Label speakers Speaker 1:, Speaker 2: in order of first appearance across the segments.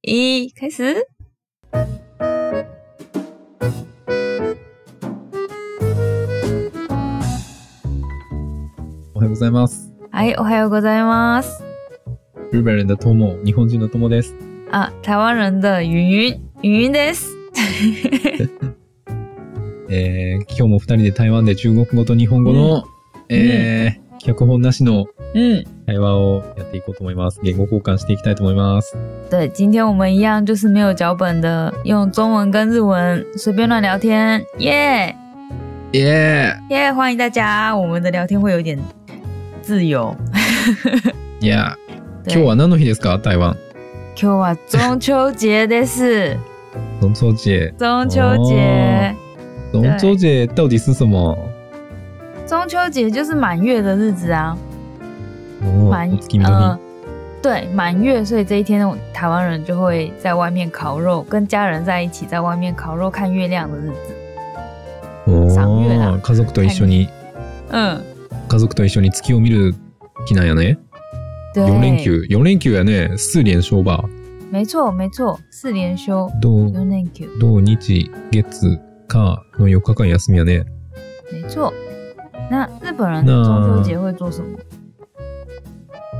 Speaker 1: 一，开始。
Speaker 2: おはようございます。
Speaker 1: はい、哎おはようございます。
Speaker 2: 日本人的トモ、日本人の友です。
Speaker 1: あ、台湾人的云云云云です。
Speaker 2: えー、今日も二人で台湾で中国語と日本語の、えー、脚本なしの
Speaker 1: 嗯，
Speaker 2: 会話をやっていこうと思います。言語交換していきたいと思います。
Speaker 1: 对，今天我们一样就是没有脚本的，用中文跟日文随便乱聊天，耶
Speaker 2: イエ
Speaker 1: 耶！欢迎大家，我们的聊天会有点自由。
Speaker 2: ーイエー
Speaker 1: 对
Speaker 2: 今日は何の日ですか台湾。
Speaker 1: 今日は中秋节です。
Speaker 2: 中秋节。
Speaker 1: 中秋节，
Speaker 2: 中秋节到底是什么
Speaker 1: 中秋节就是满月的日子啊。
Speaker 2: お
Speaker 1: 满
Speaker 2: ーお月見
Speaker 1: 呃
Speaker 2: の、
Speaker 1: 对满月，所以这一天呢台湾人就会在外面烤肉，跟家人在一起在外面烤肉看月亮的日子。
Speaker 2: 日。お
Speaker 1: 三月だ
Speaker 2: ー家族と一緒に、
Speaker 1: 嗯，
Speaker 2: 家族と一緒に月を見る日なんやね。
Speaker 1: 对，
Speaker 2: 4連休。4連休やね。四連勝ば。
Speaker 1: 没错没错，四连休，
Speaker 2: どう
Speaker 1: 有 n Q，
Speaker 2: 土日月火の4日間休みやね。
Speaker 1: 没错。那日本人的
Speaker 2: 那
Speaker 1: 中秋节会做什么？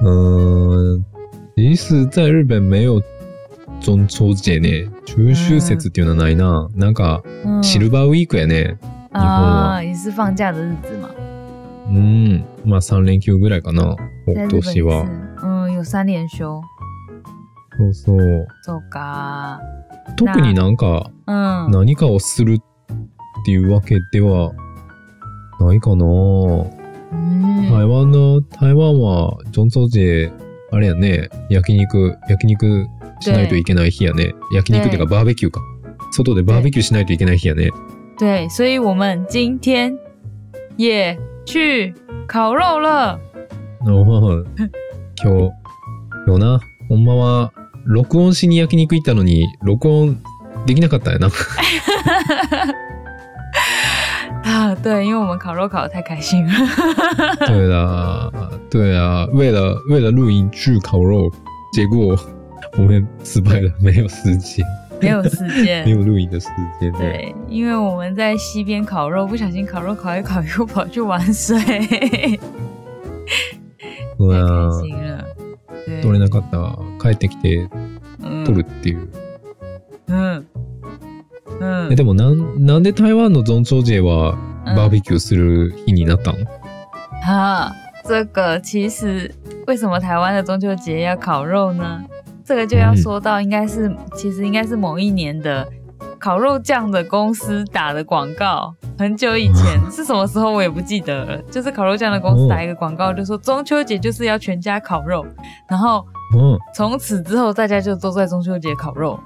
Speaker 2: 嗯，其实在日本没有中秋节ね。中秋節っていうのはないな。なんか
Speaker 1: 嗯
Speaker 2: シルバーウィークやね。
Speaker 1: 啊，也是放假的日子嘛，
Speaker 2: うん。まあ3連休ぐらいかな。
Speaker 1: 在日
Speaker 2: 今
Speaker 1: 本也
Speaker 2: 年は
Speaker 1: 是。，嗯，有三连休，
Speaker 2: そうそう。
Speaker 1: 走嘎，
Speaker 2: 特になんか
Speaker 1: 嗯，
Speaker 2: 何かをするっていうわけではないかな。台
Speaker 1: 嗯，
Speaker 2: 湾の、台湾は、ジョンソージェ、あれやね、焼肉、焼肉しないといけない日やね。焼肉っていうかバーベキューか。外でバーベキューしないといけない日やね。
Speaker 1: 对，所以我们今天也去烤肉了。
Speaker 2: おー今日、今日な、ほんまは、録音しに焼肉行ったのに、録音できなかったんや な。
Speaker 1: 啊，对，因为我们烤肉烤的太开心了。
Speaker 2: 对啦，对啊，为了为了录音去烤肉，结果我们失败了，没有时间，
Speaker 1: 没有时
Speaker 2: 没
Speaker 1: 间。
Speaker 2: 有录音的时间。
Speaker 1: 对，因为我们在溪边烤肉，不小心烤肉烤一烤又跑去玩水， 太
Speaker 2: 对
Speaker 1: 开
Speaker 2: 啊。
Speaker 1: 心了。对，
Speaker 2: 撮れなかった帰ってきて
Speaker 1: 嗯
Speaker 2: 撮るっていう、
Speaker 1: 嗯
Speaker 2: え
Speaker 1: 嗯，
Speaker 2: でもなんなんで台湾のゾンチョウジェはバーベキューする日になったの、
Speaker 1: 啊， 这个其实为什么台湾的中秋节要烤肉呢？这个就要说到，应该是、其实应该是某一年的烤肉酱的公司打的广告，很久以前是什么时候我也不记得了。就是烤肉酱的公司
Speaker 2: 哦
Speaker 1: 打一个广告，就说中秋节就是要全家烤肉，然后
Speaker 2: うん、
Speaker 1: 从此之后大家就都在中秋节烤肉。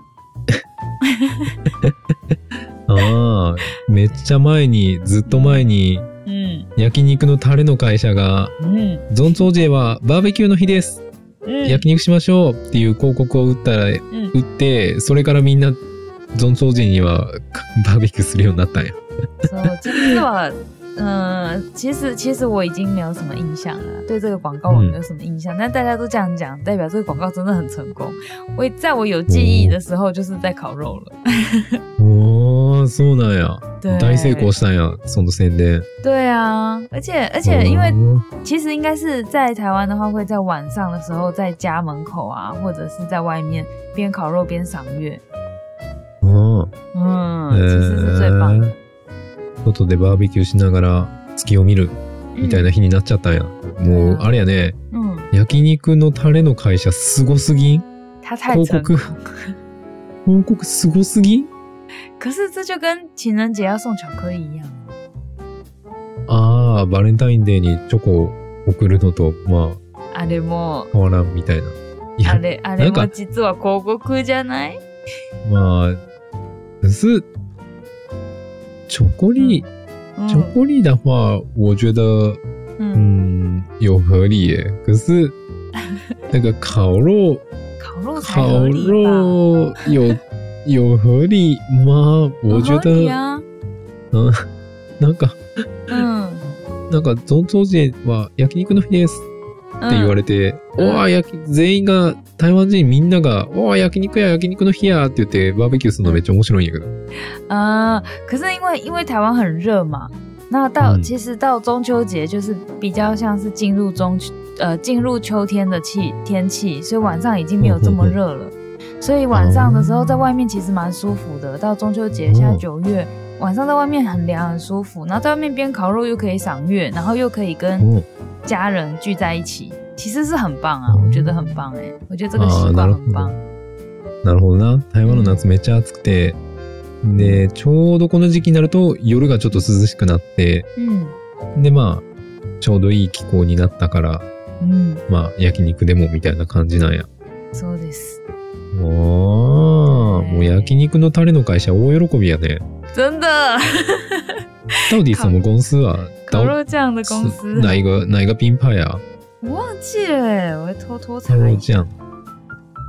Speaker 2: ああめっちゃ前にずっと前に
Speaker 1: 嗯
Speaker 2: 焼肉のタレの会社が
Speaker 1: 嗯
Speaker 2: 「ゾンチョウジェはバーベキューの日です
Speaker 1: 嗯
Speaker 2: 焼肉しましょう」っていう広告を打ったら打
Speaker 1: 嗯，
Speaker 2: ってそれからみんなゾンチョウジェにはバーベキューするようになったんや。
Speaker 1: 说呃其实我，嗯，其实其实我已经没有什么印象了，对这个广告我没有什么印象。但大家都这样讲，代表这个广告真的很成功。我在我有记忆的时候，就是在烤肉了。
Speaker 2: おーそうなんや
Speaker 1: 对，
Speaker 2: 大成功したんやその宣伝。
Speaker 1: 对啊，而且而且因为
Speaker 2: うん
Speaker 1: 其实应该是在台湾的话，会在晚上的时候在家门口啊，或者是在外面边烤肉边赏月。
Speaker 2: うん
Speaker 1: 嗯，
Speaker 2: え
Speaker 1: 其实是最棒的。
Speaker 2: ー外でバーベキューしながら月を見るみたいな日になっちゃったんや、もうあれやね
Speaker 1: 嗯，
Speaker 2: 焼肉のタレの会社すごすぎん
Speaker 1: 他太
Speaker 2: 広
Speaker 1: 成功
Speaker 2: 告。 広告すごすぎん
Speaker 1: 可是这就跟情人节要送巧克力一样。
Speaker 2: ああバレンタインデーにチョコを送るのとま
Speaker 1: あれも
Speaker 2: あ変わらんみたいない
Speaker 1: あ
Speaker 2: や
Speaker 1: れ、あれ
Speaker 2: なん
Speaker 1: も
Speaker 2: か
Speaker 1: 実は広告じゃない
Speaker 2: まあ是チョコリ
Speaker 1: 嗯
Speaker 2: チョコリ的话我觉得
Speaker 1: 嗯，
Speaker 2: 嗯，有合理耶。可是 那个烤肉，
Speaker 1: 烤肉才
Speaker 2: 烤
Speaker 1: 合理吧？
Speaker 2: 肉有有合理吗？我觉
Speaker 1: 很合理
Speaker 2: 得，
Speaker 1: 啊，
Speaker 2: なんか
Speaker 1: 嗯
Speaker 2: なんかゾンゾジェは焼肉の日です。
Speaker 1: うん
Speaker 2: 言われて、
Speaker 1: うん
Speaker 2: わあ焼き全員が台湾人みんなが「わあ焼肉や焼肉の日や」って言ってバーベキューするのめっちゃ面白いんやけど
Speaker 1: 啊、可是因为因为台湾很热嘛，那到、
Speaker 2: 嗯
Speaker 1: 其实到中秋节就是比较像是进入中秋呃进入秋天的气天气，所以晚上已经没有这么热了。
Speaker 2: 嗯
Speaker 1: 所以晚上的时候在外面其实蛮舒服的。到中秋节，现在
Speaker 2: 哦
Speaker 1: 九月晚上在外面很凉很舒服，然后在外面边烤肉又可以赏月，然后又可以跟
Speaker 2: うん
Speaker 1: 家人聚在一起，其实是很棒啊，
Speaker 2: 哦
Speaker 1: 我觉得很棒哎、我觉得这个
Speaker 2: あ
Speaker 1: 习
Speaker 2: ーな
Speaker 1: 惯
Speaker 2: るほ
Speaker 1: 很棒
Speaker 2: ど。なるほどな台湾の夏めっちゃ暑くてでちょうどこの時期になると夜がちょっと涼しくなって
Speaker 1: 嗯
Speaker 2: でまあちょうどいい気候になったから
Speaker 1: 嗯，
Speaker 2: まあ焼肉でもみたいな感じなんや
Speaker 1: そうです。
Speaker 2: もうもう焼肉のタレの会社大喜びやね
Speaker 1: 真的。
Speaker 2: 到底什么公司啊
Speaker 1: 烤肉酱的公
Speaker 2: 是
Speaker 1: 司，
Speaker 2: 哪一个哪一个品牌啊？
Speaker 1: 我忘记了欸，我会偷偷查
Speaker 2: 烤肉
Speaker 1: 一下。
Speaker 2: 酱。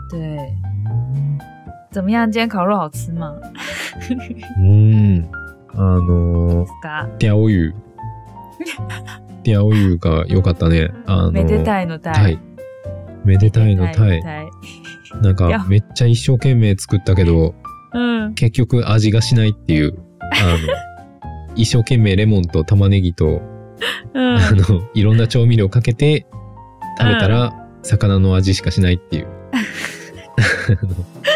Speaker 1: 对，怎么样？今天烤肉好吃吗？
Speaker 2: うん。あのー、
Speaker 1: 嘎，
Speaker 2: ディアオ ユー。ディアオユーが良かったね。あのー、
Speaker 1: 没得带呢带，
Speaker 2: タイ。めでたいのタ
Speaker 1: 带
Speaker 2: イ。なん
Speaker 1: いや
Speaker 2: か、めっちゃ一生懸命作ったけど、
Speaker 1: 嗯
Speaker 2: 結局味がしないっていう。あ の、一生懸命レモンと玉ねぎと、
Speaker 1: 嗯
Speaker 2: あの、いろんな調味料かけて、食べたら、魚の味しかしないっていう。 あの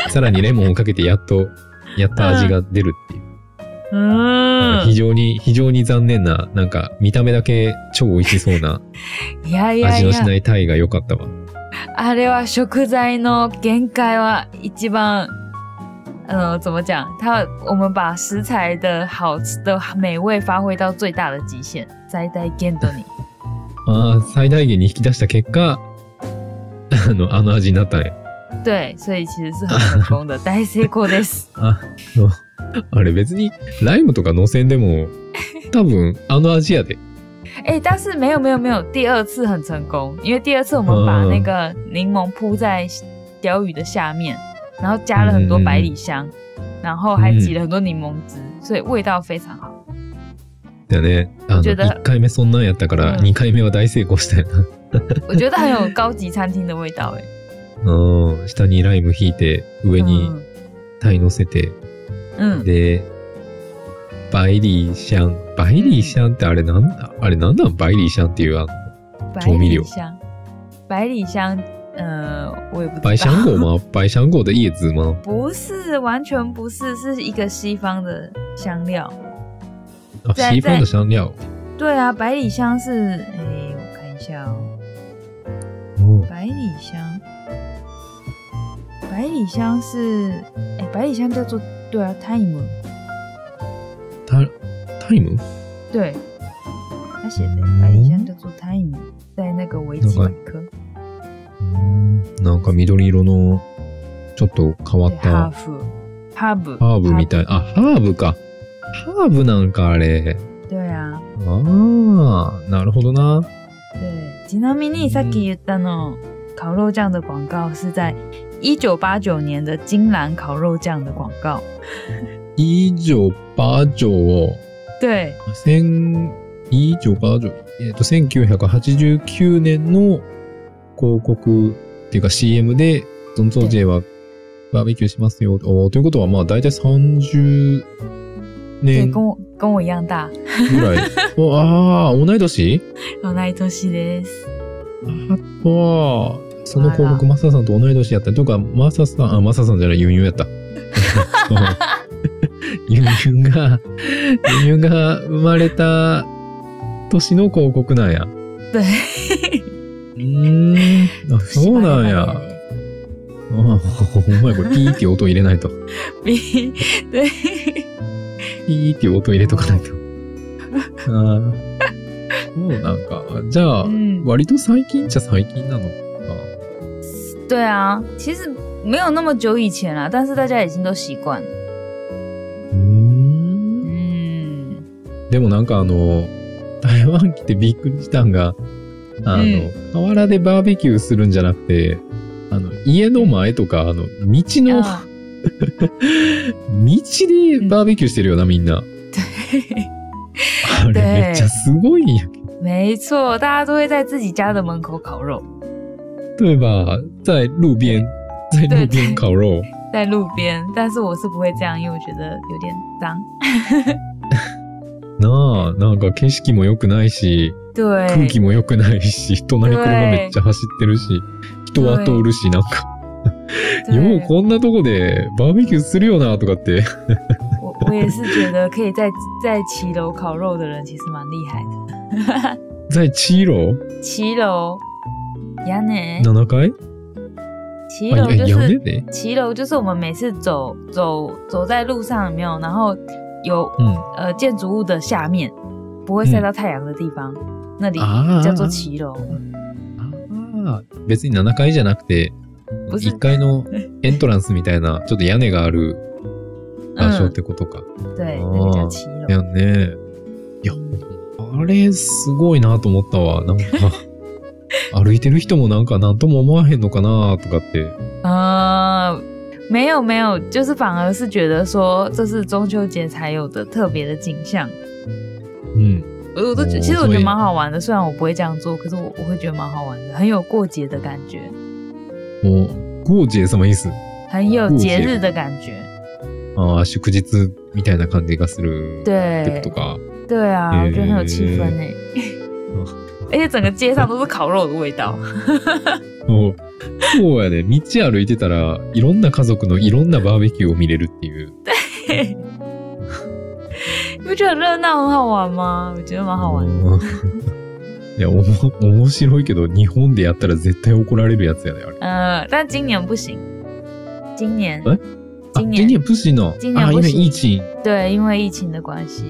Speaker 2: さらにレモンをかけて、やっと、やった味が出るっていう。
Speaker 1: 嗯
Speaker 2: 非，常に、非常に残念な、なんか、見た目だけ超美味しそうな、
Speaker 1: い やいや
Speaker 2: 味
Speaker 1: い
Speaker 2: の
Speaker 1: や
Speaker 2: し、ないタイが良かったわ。
Speaker 1: あれは啊食材の限界は一番。呃，怎么讲？它我们把食材的好吃的美味发挥到最大的极限，在在 g e 你。
Speaker 2: ああ、最大限に引き出した結果、 あの、あの味になったね。
Speaker 1: 对，所以其实是很成功的，大成功です。
Speaker 2: あ、そうあれ別に、ライムとか乗せんでも、多分、あの味やで。
Speaker 1: 哎、但是没有没有没有，第二次很成功，因为第二次我们把
Speaker 2: 嗯
Speaker 1: 那个柠檬铺在鲷鱼的下面，然后加了很多百里香，然后还挤了很多柠檬汁，所以味道非常好。
Speaker 2: だよね。あの、
Speaker 1: 觉得
Speaker 2: 1回目そんなんやったから、
Speaker 1: うん
Speaker 2: 2回目は大成功したよな。
Speaker 1: 我觉得很有高级餐厅的味道、哎，
Speaker 2: うん、下にライム引いて、上に
Speaker 1: 嗯
Speaker 2: タイ乗せて、
Speaker 1: 嗯，
Speaker 2: で、バイリーシャン。バイリーシャンってあれなんだあれなんなんバイリーシャンっていうあの
Speaker 1: 百
Speaker 2: 調味
Speaker 1: 里
Speaker 2: 料
Speaker 1: 香，百里香，呃，我也不
Speaker 2: 白
Speaker 1: 知道，
Speaker 2: 香果吗？白香果的叶子吗？
Speaker 1: 不是，完全不是，是一个西方的香料。
Speaker 2: 啊，
Speaker 1: 在
Speaker 2: 西方的香料。
Speaker 1: 对啊，百里香是，哎、我看一下哦、
Speaker 2: 哦，
Speaker 1: 百里香，百里香是，哎、百里香叫做对啊，time，
Speaker 2: 它 time
Speaker 1: 对，他写的百里香叫做 time，在嗯那个维基百科，
Speaker 2: なんか緑色のちょっと変わ
Speaker 1: 对
Speaker 2: った
Speaker 1: ，half，hub，
Speaker 2: ハーブみた
Speaker 1: 啊
Speaker 2: い。あ、ハーブか。ハーブなんかあれ。
Speaker 1: 对啊。
Speaker 2: ああ、なるほどな。
Speaker 1: 对，ちなみにさっき言ったの烤肉酱的广告是在一九八九年的金兰烤肉酱的广告。
Speaker 2: 以上バージョンを、
Speaker 1: 对，
Speaker 2: 千、以上バージョン、えっ、と、1989年の広告っていうか CM で、ゾンゾージェはバーベキューしますよ。おーということは、まあ、大体30
Speaker 1: 对，
Speaker 2: 年
Speaker 1: 跟我跟我一样大。
Speaker 2: ぐらい。 おああ、同い年
Speaker 1: 同い年です。
Speaker 2: わあ、その広告マサさんと同い年やった。というか、マサさん、あ、マサさんじゃない、ユンユンやった。ユンユンが、ユンユンが生まれた年の広告なんや。う
Speaker 1: 对，
Speaker 2: ーん、あ、そうな ん
Speaker 1: 島
Speaker 2: や。
Speaker 1: 根
Speaker 2: あ、ほんまや、これピーって音入れない と。
Speaker 1: 比对，
Speaker 2: ピーって音入れとかない と。あーそうなんか。じゃあ、
Speaker 1: 嗯，
Speaker 2: 割と最近っちゃ最近なのか。
Speaker 1: 对啊，其实没有那么久以前啦，但是大家已经都习惯了。
Speaker 2: うーん。
Speaker 1: 嗯，
Speaker 2: でもなんかあの、台湾来てびっくりしたんが、あの、
Speaker 1: うん
Speaker 2: 河原でバーベキューするんじゃなくて、あの、家の前とか、あの、道の、道
Speaker 1: 啊，
Speaker 2: でバーベキューしてるよな、みんな。あれ
Speaker 1: で
Speaker 2: めっちゃすごいんやけど。
Speaker 1: 没错，大家都会在自己家的门口烤肉，
Speaker 2: 对吧？在路边，在路边烤肉，
Speaker 1: 在路边。但是我是不会这样，因为我觉得有点脏。
Speaker 2: なあ、なんか景色も良くないし、
Speaker 1: 对，
Speaker 2: 空気も良くないし、隣車めっちゃ走ってるし、人は通るし、なんか、
Speaker 1: 对
Speaker 2: ようこんなとこでバーベキューするよなとかって、
Speaker 1: 我我也是觉得可以在在骑楼烤肉的人其实蛮厉害的。
Speaker 2: 在チーロ
Speaker 1: 骑楼，屋内，
Speaker 2: 7階
Speaker 1: 骑
Speaker 2: あ、
Speaker 1: 楼
Speaker 2: い
Speaker 1: 就
Speaker 2: や屋
Speaker 1: 是
Speaker 2: 根で
Speaker 1: 骑楼，就是我们每次走走走在路上有没有？然后有
Speaker 2: うん。
Speaker 1: 呃建筑物的下面，不会晒到太阳的地方，那里
Speaker 2: あ
Speaker 1: 叫做
Speaker 2: ー
Speaker 1: 骑楼。
Speaker 2: あー、別に7階じゃなくて、
Speaker 1: 不是
Speaker 2: 1階のエントランスみたいな、ちょっと屋根がある場所っ
Speaker 1: 嗯，
Speaker 2: てことか。
Speaker 1: 对，
Speaker 2: 哦
Speaker 1: 那个叫骑楼。
Speaker 2: だよね。いや、あれすごいなと思ったわ。なんか、歩いてる人もなんか何とも思わへんのかなとかって。
Speaker 1: 呃，没有没有，就是反而是觉得说这是中秋节才有的特别的景象。
Speaker 2: うん。
Speaker 1: 我我都觉
Speaker 2: 哦
Speaker 1: 其实我
Speaker 2: 所
Speaker 1: 觉得
Speaker 2: 以
Speaker 1: 蛮好玩的，虽然我不会这样做，可是我我会觉得蛮好玩的，很有过节的感觉，
Speaker 2: もう、ゴージェ様いいっす。
Speaker 1: 很有
Speaker 2: 过
Speaker 1: 节
Speaker 2: 节
Speaker 1: 日的感觉。
Speaker 2: ああ、祝日みたいな感じがする。って
Speaker 1: 对
Speaker 2: ことか。
Speaker 1: 对啊，
Speaker 2: 诶
Speaker 1: 我觉得很有气氛呢。
Speaker 2: 哦
Speaker 1: 而且整个街上都是烤肉的味道。
Speaker 2: そうそうやね。道歩いてたら、いろんな家族のいろんなバーベキューを見れるっていう。
Speaker 1: 你不觉得很热闹、很好玩吗？我觉得蛮好玩的。
Speaker 2: うん いや、おも、面白いけど、日本でやったら絶対怒られるやつやね、あれ。
Speaker 1: 呃，但今年不行，今年
Speaker 2: 诶あ、
Speaker 1: 今
Speaker 2: 今
Speaker 1: 年
Speaker 2: 年不行の。
Speaker 1: 今年
Speaker 2: あ、
Speaker 1: 不
Speaker 2: 今、
Speaker 1: 行
Speaker 2: いいチン。
Speaker 1: 对，因为疫情的关系，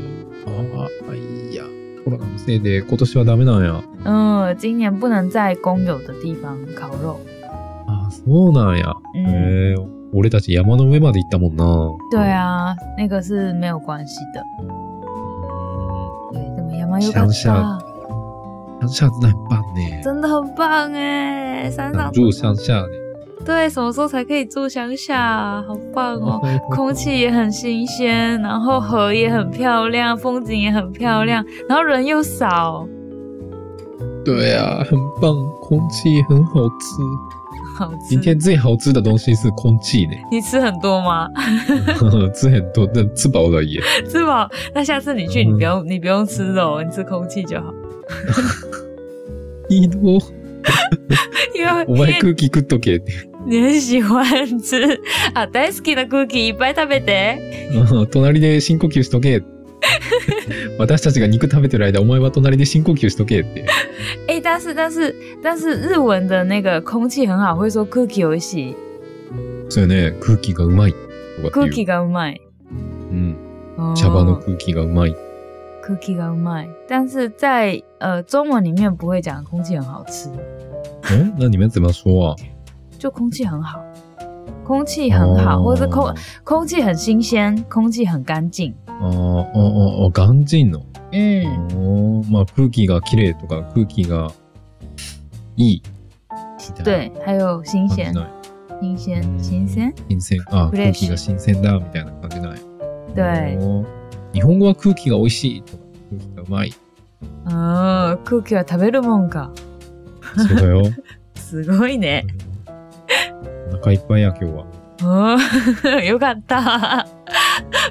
Speaker 2: ああ、いや、コロナのせいで今年はダメなんや。
Speaker 1: 嗯，今年不能在公有的地方烤肉。
Speaker 2: ああ、そうなんや。
Speaker 1: 嗯，
Speaker 2: へえ、俺たち山の上まで行ったもんな。
Speaker 1: 对啊，那个是没有关系的。对，怎么样吗？有感
Speaker 2: 想想うん。シャツないパンね。
Speaker 1: 真的很棒哎！山上
Speaker 2: 住上下ね。
Speaker 1: 对，什么时候才可以住乡下？好棒 哦！空气也很新鲜，然后河也很漂亮，风景也很漂亮，然后人又少，
Speaker 2: 对啊，很棒，空气很好吃。
Speaker 1: 好吃
Speaker 2: 今。天最好吃的东西是空气呢，
Speaker 1: 你吃很多吗？
Speaker 2: 吃很多，但吃饱了也。
Speaker 1: 吃饱。那下次你去，你
Speaker 2: 嗯
Speaker 1: 不用你不用吃肉，你吃空气就好，
Speaker 2: いいの
Speaker 1: 因为因
Speaker 2: お前
Speaker 1: 为
Speaker 2: 空気食っとけって。
Speaker 1: 你很喜欢吃 啊，大好きな空気いっぱい食べて。
Speaker 2: うん隣で深呼吸しとけ。私たちが肉食べてる間、お前は隣で深呼吸しとけって。
Speaker 1: 哎、但是但是但是日文的那个空气很好，会说空気美味しい，
Speaker 2: そうよね、空気がうまいとか
Speaker 1: 空
Speaker 2: ってい
Speaker 1: 気
Speaker 2: う。
Speaker 1: がうまい。
Speaker 2: うん。
Speaker 1: 哦
Speaker 2: 茶葉の空気がうまい。
Speaker 1: 空気がうまい。但是在呃中文里面不会讲空气很好吃，
Speaker 2: え何目つましょう
Speaker 1: 就空气很好，空气很好，或者是空
Speaker 2: あー
Speaker 1: 空气很新鲜，空气很干净。
Speaker 2: あー、ああ、あ、肝心の。
Speaker 1: 嗯，
Speaker 2: おーまあ空気が綺麗とか空気がいい。みたいな
Speaker 1: 对，还有新
Speaker 2: 感じ
Speaker 1: 鲜，
Speaker 2: ない。
Speaker 1: 新鲜，新鲜。
Speaker 2: 新鮮。あー
Speaker 1: フレッ
Speaker 2: 空
Speaker 1: シュ
Speaker 2: 気が新鮮だ、みたいな感じない。
Speaker 1: 对，
Speaker 2: おー日本語は空気が美味しいとか、空気がうまい。
Speaker 1: 哦，空気は食べるもんか。
Speaker 2: そうだよ。
Speaker 1: すごいね。
Speaker 2: お腹いっぱいや、今日は。
Speaker 1: 哦， よかった。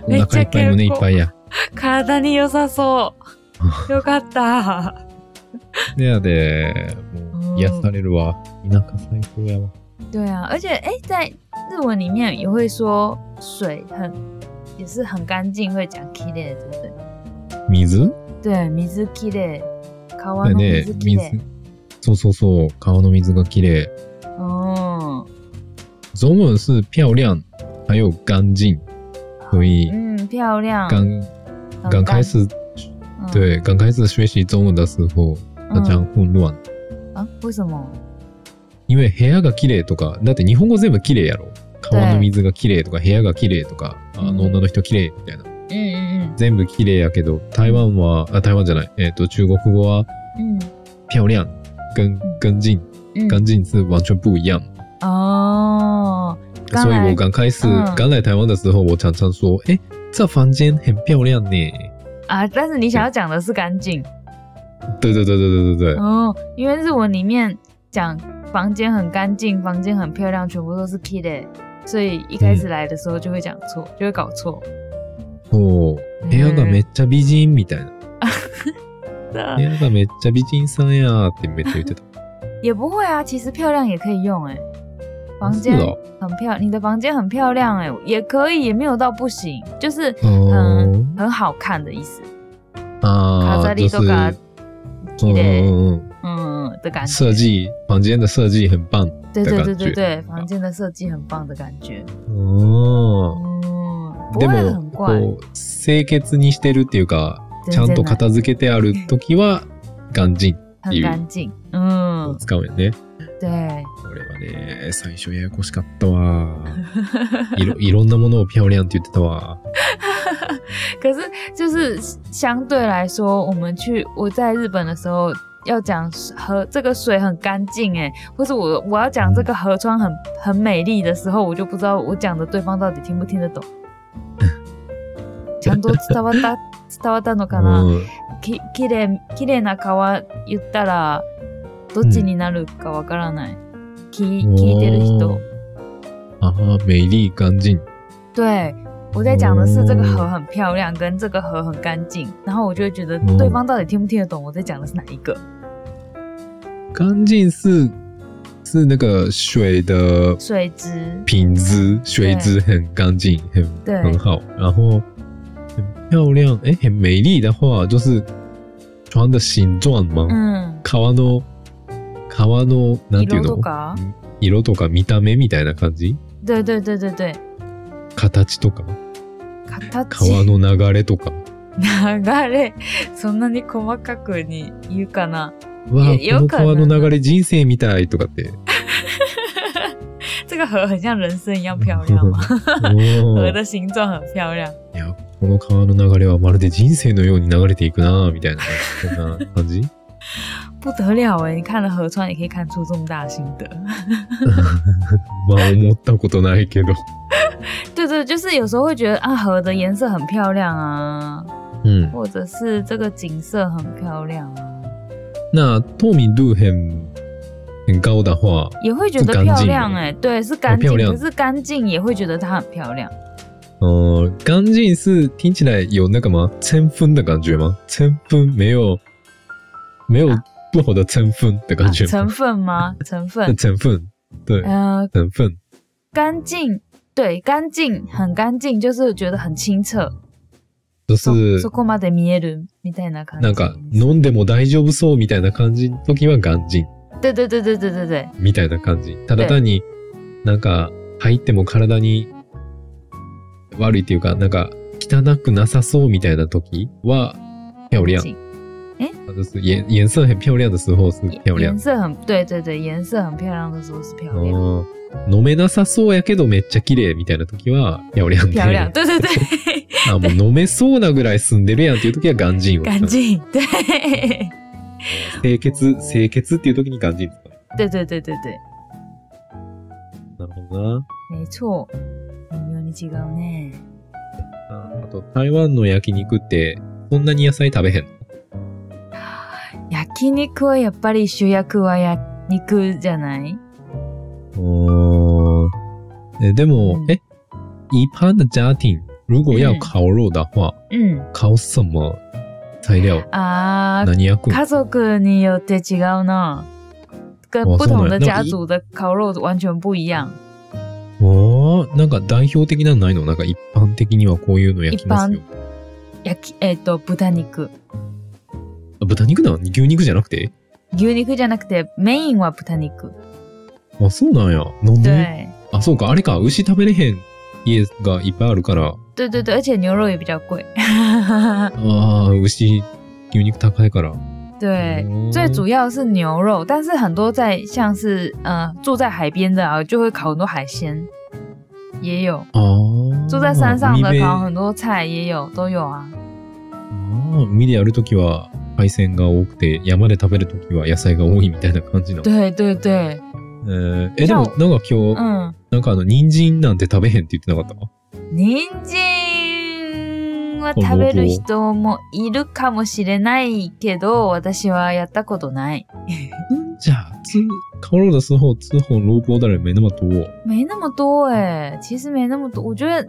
Speaker 2: お腹いっぱい、胸いっぱいや。
Speaker 1: 体に良さ そう。よかった。
Speaker 2: でやで、もう癒されるわ。田舎最高やわ。
Speaker 1: 对啊，而且哎、诶在日文里面也会说水很也是很干净，会讲 k i r e 对不对？
Speaker 2: 水
Speaker 1: 对，水 k i r e
Speaker 2: だ
Speaker 1: 川
Speaker 2: よ
Speaker 1: の
Speaker 2: ね
Speaker 1: 水 k i
Speaker 2: 水
Speaker 1: r e。
Speaker 2: そうそうそう。川の水が綺麗。
Speaker 1: 哦，
Speaker 2: 中文是漂亮，还有干净，所以
Speaker 1: 嗯，漂亮。
Speaker 2: 刚
Speaker 1: 很
Speaker 2: 刚开始
Speaker 1: 嗯
Speaker 2: 对刚开始学习中文的时候，非常混乱，
Speaker 1: 啊？为什么？
Speaker 2: 因为部屋が綺麗とか、だって日本語全部綺麗やろ。川の水が綺麗とか、部屋が綺麗とか、ああの
Speaker 1: うん
Speaker 2: 女の人綺麗みたいな。
Speaker 1: 嗯嗯
Speaker 2: 全部綺麗やけど、台湾は、あ、台湾じゃない、えっ、と、中国語は、
Speaker 1: 嗯
Speaker 2: 漂亮、跟、跟进、
Speaker 1: 嗯
Speaker 2: 跟进是完全不一样。
Speaker 1: 嗯。哦，刚
Speaker 2: 所以
Speaker 1: 来
Speaker 2: 我刚开始、
Speaker 1: 嗯
Speaker 2: 刚来台湾的时候，我常常说，哎、这房间很漂亮呢。
Speaker 1: 啊，但是你想要讲的是干净。
Speaker 2: 对对对对对对对，
Speaker 1: 哦，因为日文里面讲房间很干净，房间很漂亮，全部都是 k i d 所以一开始来的时候就会讲错，就会搞错。
Speaker 2: そう。部屋がめっちゃ美人みたいな。
Speaker 1: 的
Speaker 2: 部屋がめっちゃ美人さんやーってめっちゃ言ってた。
Speaker 1: 也不会啊，其实漂亮也可以用哎、房
Speaker 2: 是
Speaker 1: 间
Speaker 2: 哦。
Speaker 1: 很漂你的房间很漂亮哎、也可以，也没有到不行，就是
Speaker 2: 哦
Speaker 1: 嗯，很好看的意思。
Speaker 2: 啊，
Speaker 1: 飾
Speaker 2: 就
Speaker 1: り
Speaker 2: 是
Speaker 1: とか
Speaker 2: 嗯
Speaker 1: で
Speaker 2: 嗯嗯
Speaker 1: 嗯的感
Speaker 2: 嗯，
Speaker 1: 觉。
Speaker 2: 设计房间的设计很棒
Speaker 1: 对
Speaker 2: 的
Speaker 1: 对对
Speaker 2: 感
Speaker 1: 对
Speaker 2: 觉。
Speaker 1: 对，房间的设计很棒的感觉。
Speaker 2: 哦。
Speaker 1: 嗯，不
Speaker 2: で
Speaker 1: 会
Speaker 2: も
Speaker 1: 很怪，
Speaker 2: こう清潔にしてるっていうか、ちゃ
Speaker 1: 全
Speaker 2: ん
Speaker 1: 然ない
Speaker 2: と哦片付けてある時は肝心
Speaker 1: 很干净。嗯，
Speaker 2: 使うよね。
Speaker 1: 对，
Speaker 2: 俺はね最初ややこしかったわ。 いろいろんなものをピャオリャンって言ってたわ。
Speaker 1: 可是就是相对来说，我们去我在日本的时候要讲河这个水很干净哎，或是我我要讲这个河川很很美丽的时候，我就不知道我讲的对方到底听不听得懂。ちゃんと伝わった伝わったのかな？
Speaker 2: うん
Speaker 1: ききれいきれいな川言ったらどっちになるかわからない。聞聞いてる人。
Speaker 2: ああ、美丽干净。
Speaker 1: 对，我在讲的是这个河很漂亮，跟这个河很干净，然后我就会觉得对方到底听不听得懂我在讲的是哪一个
Speaker 2: 干净是是那个水的
Speaker 1: 水质。
Speaker 2: 品质，水质很干净，很
Speaker 1: 对
Speaker 2: 很好，然后很漂亮，哎、很美丽的话就是船的形状吗？
Speaker 1: 嗯，
Speaker 2: 川の川のなんてい
Speaker 1: 色
Speaker 2: うの
Speaker 1: とか
Speaker 2: 色とか見た目みたいな感じ
Speaker 1: 对对对对对，
Speaker 2: 形とか
Speaker 1: 形
Speaker 2: 川の流れとか
Speaker 1: 流れそんなに細かくに言うかな。
Speaker 2: わあこ
Speaker 1: よ
Speaker 2: の
Speaker 1: くは
Speaker 2: 川の流れ人生みたいとかって
Speaker 1: 这个河很像人生一样漂亮吗？
Speaker 2: お
Speaker 1: 河
Speaker 2: ー
Speaker 1: 的形状很漂亮。
Speaker 2: いやこの川の流れはまるで人生のように流れていくなあみたいなそんな感じ
Speaker 1: 不得了哎！你看了河川，也可以看出这么大的心得。
Speaker 2: まあ思ったことないけど
Speaker 1: 对对，就是有时候会觉得啊，河的颜色很漂亮啊，
Speaker 2: うん
Speaker 1: 或者是这个景色很漂亮啊，
Speaker 2: 那透明度很很高的话
Speaker 1: 也会觉得
Speaker 2: 是干
Speaker 1: 漂
Speaker 2: 净哦
Speaker 1: 亮哎、对，是干净
Speaker 2: 漂，亮
Speaker 1: 可是干净也会觉得它很漂亮。啊
Speaker 2: 呃，干净是听起来有那个吗？称分的感觉吗？称分没有，没有不好的称分的
Speaker 1: 啊
Speaker 2: 感觉
Speaker 1: 成
Speaker 2: 吗。
Speaker 1: 分吗？成
Speaker 2: 呃
Speaker 1: 分，
Speaker 2: 成分， 对，
Speaker 1: 呃，
Speaker 2: 成分，
Speaker 1: 干净，对，干净，很干净，就是觉得很清澈。
Speaker 2: 就
Speaker 1: そ
Speaker 2: 是
Speaker 1: そこまで見えるみたいな感じ。
Speaker 2: なんか飲んでも大丈夫そうみたいな感じの時は干净
Speaker 1: 对对对对对对对
Speaker 2: みたいな感じ。ただ単になんか入っても体に悪いっていうかなんか汚くなさそうみたいな時は漂亮
Speaker 1: 干，净
Speaker 2: 就是颜颜色很漂亮的时候是漂亮哦
Speaker 1: 颜。色很，对对对，颜色很漂亮的时候是漂亮，
Speaker 2: あー飲めなさそうやけどめっちゃ綺麗みたいな時は、いや、俺やん
Speaker 1: 漂 亮，对对对。
Speaker 2: あもう飲めそうなぐらい住んでるやんっていう時はガンジンを使う
Speaker 1: 干净，对，
Speaker 2: 清潔、清潔っていう時にガンジン使う。
Speaker 1: 对对对对对，
Speaker 2: なるほどな。
Speaker 1: 没错。微妙に違うね。
Speaker 2: ああと、台湾の焼肉って、そんなに野菜食べへん。
Speaker 1: 焼肉はやっぱり主役は焼肉じゃない
Speaker 2: おーえでも
Speaker 1: う、ん
Speaker 2: え、一般的家庭、如果要烤肉的话、
Speaker 1: うん。
Speaker 2: 烤什么材料
Speaker 1: あー、
Speaker 2: 何焼くの
Speaker 1: 家族によって違うな。跟
Speaker 2: 哦
Speaker 1: 不同的
Speaker 2: そうなんや
Speaker 1: 家族的烤肉完全不一样。
Speaker 2: おーなんか代表的なのないのなんか一般的にはこういうの焼きますよ。
Speaker 1: 焼き、えっ、と、豚肉。
Speaker 2: あ豚肉なの牛肉じゃなくて
Speaker 1: 牛肉じゃなくて、メインは豚肉。
Speaker 2: あ、そうなんや。なんで
Speaker 1: 对。
Speaker 2: あ、そうか。あれか。牛食べれへん家がいっぱいあるから、
Speaker 1: 对对对，而且牛肉也比较贵。
Speaker 2: ああ、牛、牛肉高いから。
Speaker 1: 对，
Speaker 2: 嗯
Speaker 1: 最主要是牛肉，但是很多在像是呃住在海边的啊，就会烤很多海鲜，也有
Speaker 2: ああ。
Speaker 1: 住在山上
Speaker 2: 海
Speaker 1: 的
Speaker 2: 辺
Speaker 1: 烤很多菜也有，都有啊。
Speaker 2: あー海でやるときは海鮮が多くて、山で食べるときは野菜が多いみたいな感じなの。
Speaker 1: 对对对，
Speaker 2: えーえ、でも、なんか今日、
Speaker 1: 嗯，
Speaker 2: なんかあの、人参なんて食べへんって言ってなかった
Speaker 1: 宁静ンは食べる人もいるかもしれないけど、私はやったことない。
Speaker 2: じゃ啊，之烤肉的时候之后萝卜当然没那么多。
Speaker 1: 没那么多哎、其实没那么多。我觉得，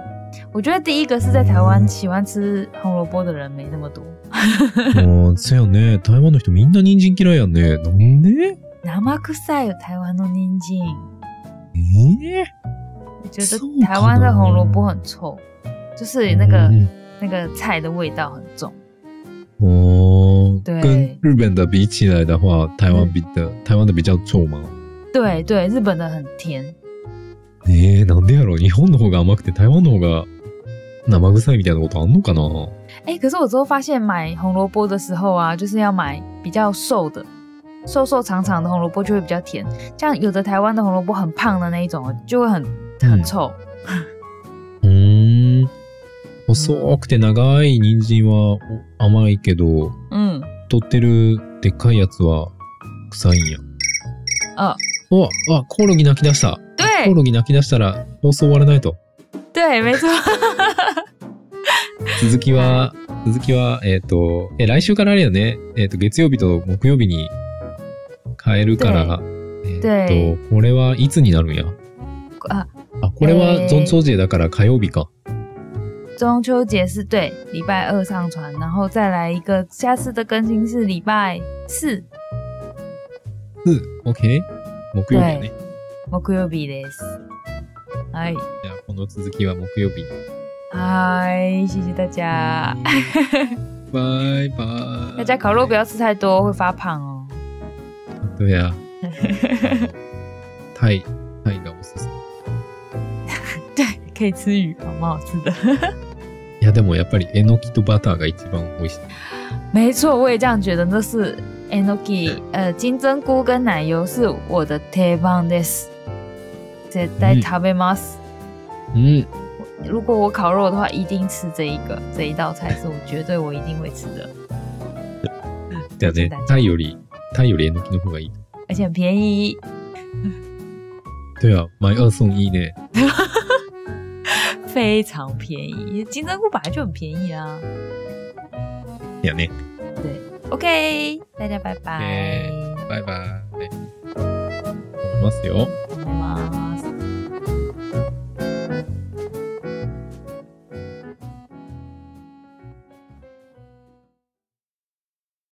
Speaker 1: 我觉得第一个是在台湾喜欢吃红萝卜的人没那么多。
Speaker 2: ああ、せやね。台湾の人みんな人参嫌いやんね。なんで？
Speaker 1: 生臭いよ台湾の人参。
Speaker 2: え
Speaker 1: 我觉得
Speaker 2: 臭吗
Speaker 1: 台湾的红萝卜很臭，就是
Speaker 2: え
Speaker 1: 那个、
Speaker 2: 嗯
Speaker 1: 那个菜的味道很重。
Speaker 2: 哦，
Speaker 1: 对
Speaker 2: 跟日本的比起来的话，台湾比的、台湾的比较臭吗？
Speaker 1: 对对，日本的很甜。
Speaker 2: えー、なんでやろ日本の方が甘くて台湾の方が生臭いみたいなことあんのかな
Speaker 1: 哎、可是我之后发现买红萝卜的时候啊，就是要买比较瘦的。瘦瘦长长的红萝卜就会比较甜，像有的台湾的红萝卜很胖的那一种，就会很很
Speaker 2: 嗯
Speaker 1: 臭。
Speaker 2: うーん。細くて長い人参はお甘いけど、
Speaker 1: 嗯，
Speaker 2: 取ってるでっかいやつは臭いんや。
Speaker 1: あ。
Speaker 2: おあ、コオロギ泣き出した。コ
Speaker 1: 对
Speaker 2: オロギ泣き出したら放送終わらないと。
Speaker 1: 对，没错。
Speaker 2: 続きは、続きは、えっ、と、え、来週からあれよね、えっ、と、月曜日と木曜日に変えるから、えっ、
Speaker 1: 对
Speaker 2: と、これはいつになるんや
Speaker 1: あ、
Speaker 2: あ、これは
Speaker 1: えー
Speaker 2: ゾンチョージェだから火曜日か。
Speaker 1: 中秋节是对礼拜二上传，然后再来一个下次的更新是礼拜四。
Speaker 2: うん、OK? 木曜日やね。
Speaker 1: 木曜日です。哎はい。
Speaker 2: じゃあ、この続きは木曜日に。
Speaker 1: 嗨，谢谢大家。
Speaker 2: バイバイ。
Speaker 1: 大家烤肉不要吃太多，会发胖哦。
Speaker 2: 对呀、タイ、タイがおすすめ。
Speaker 1: 对，可以吃鱼，好蛮好吃的。
Speaker 2: いや、でもやっぱりえのきとバターが一番美味しい。
Speaker 1: 没错，我也这样觉得。那是 enoki，呃，金针菇跟奶油是我的 t e b a n this。絶対食べます。
Speaker 2: うん。
Speaker 1: 如果我烤肉的话，一定吃这一个，这一道菜是我绝对我一定会吃的，
Speaker 2: だよね。タイより、タイよりえのきの方がいい。
Speaker 1: 而且很便宜。
Speaker 2: 对呀、买二送一ね。
Speaker 1: 非常便宜，金针菇本来就很便宜啊。
Speaker 2: やね。
Speaker 1: OK，大家拜拜。
Speaker 2: OK，拜拜。思いますよ。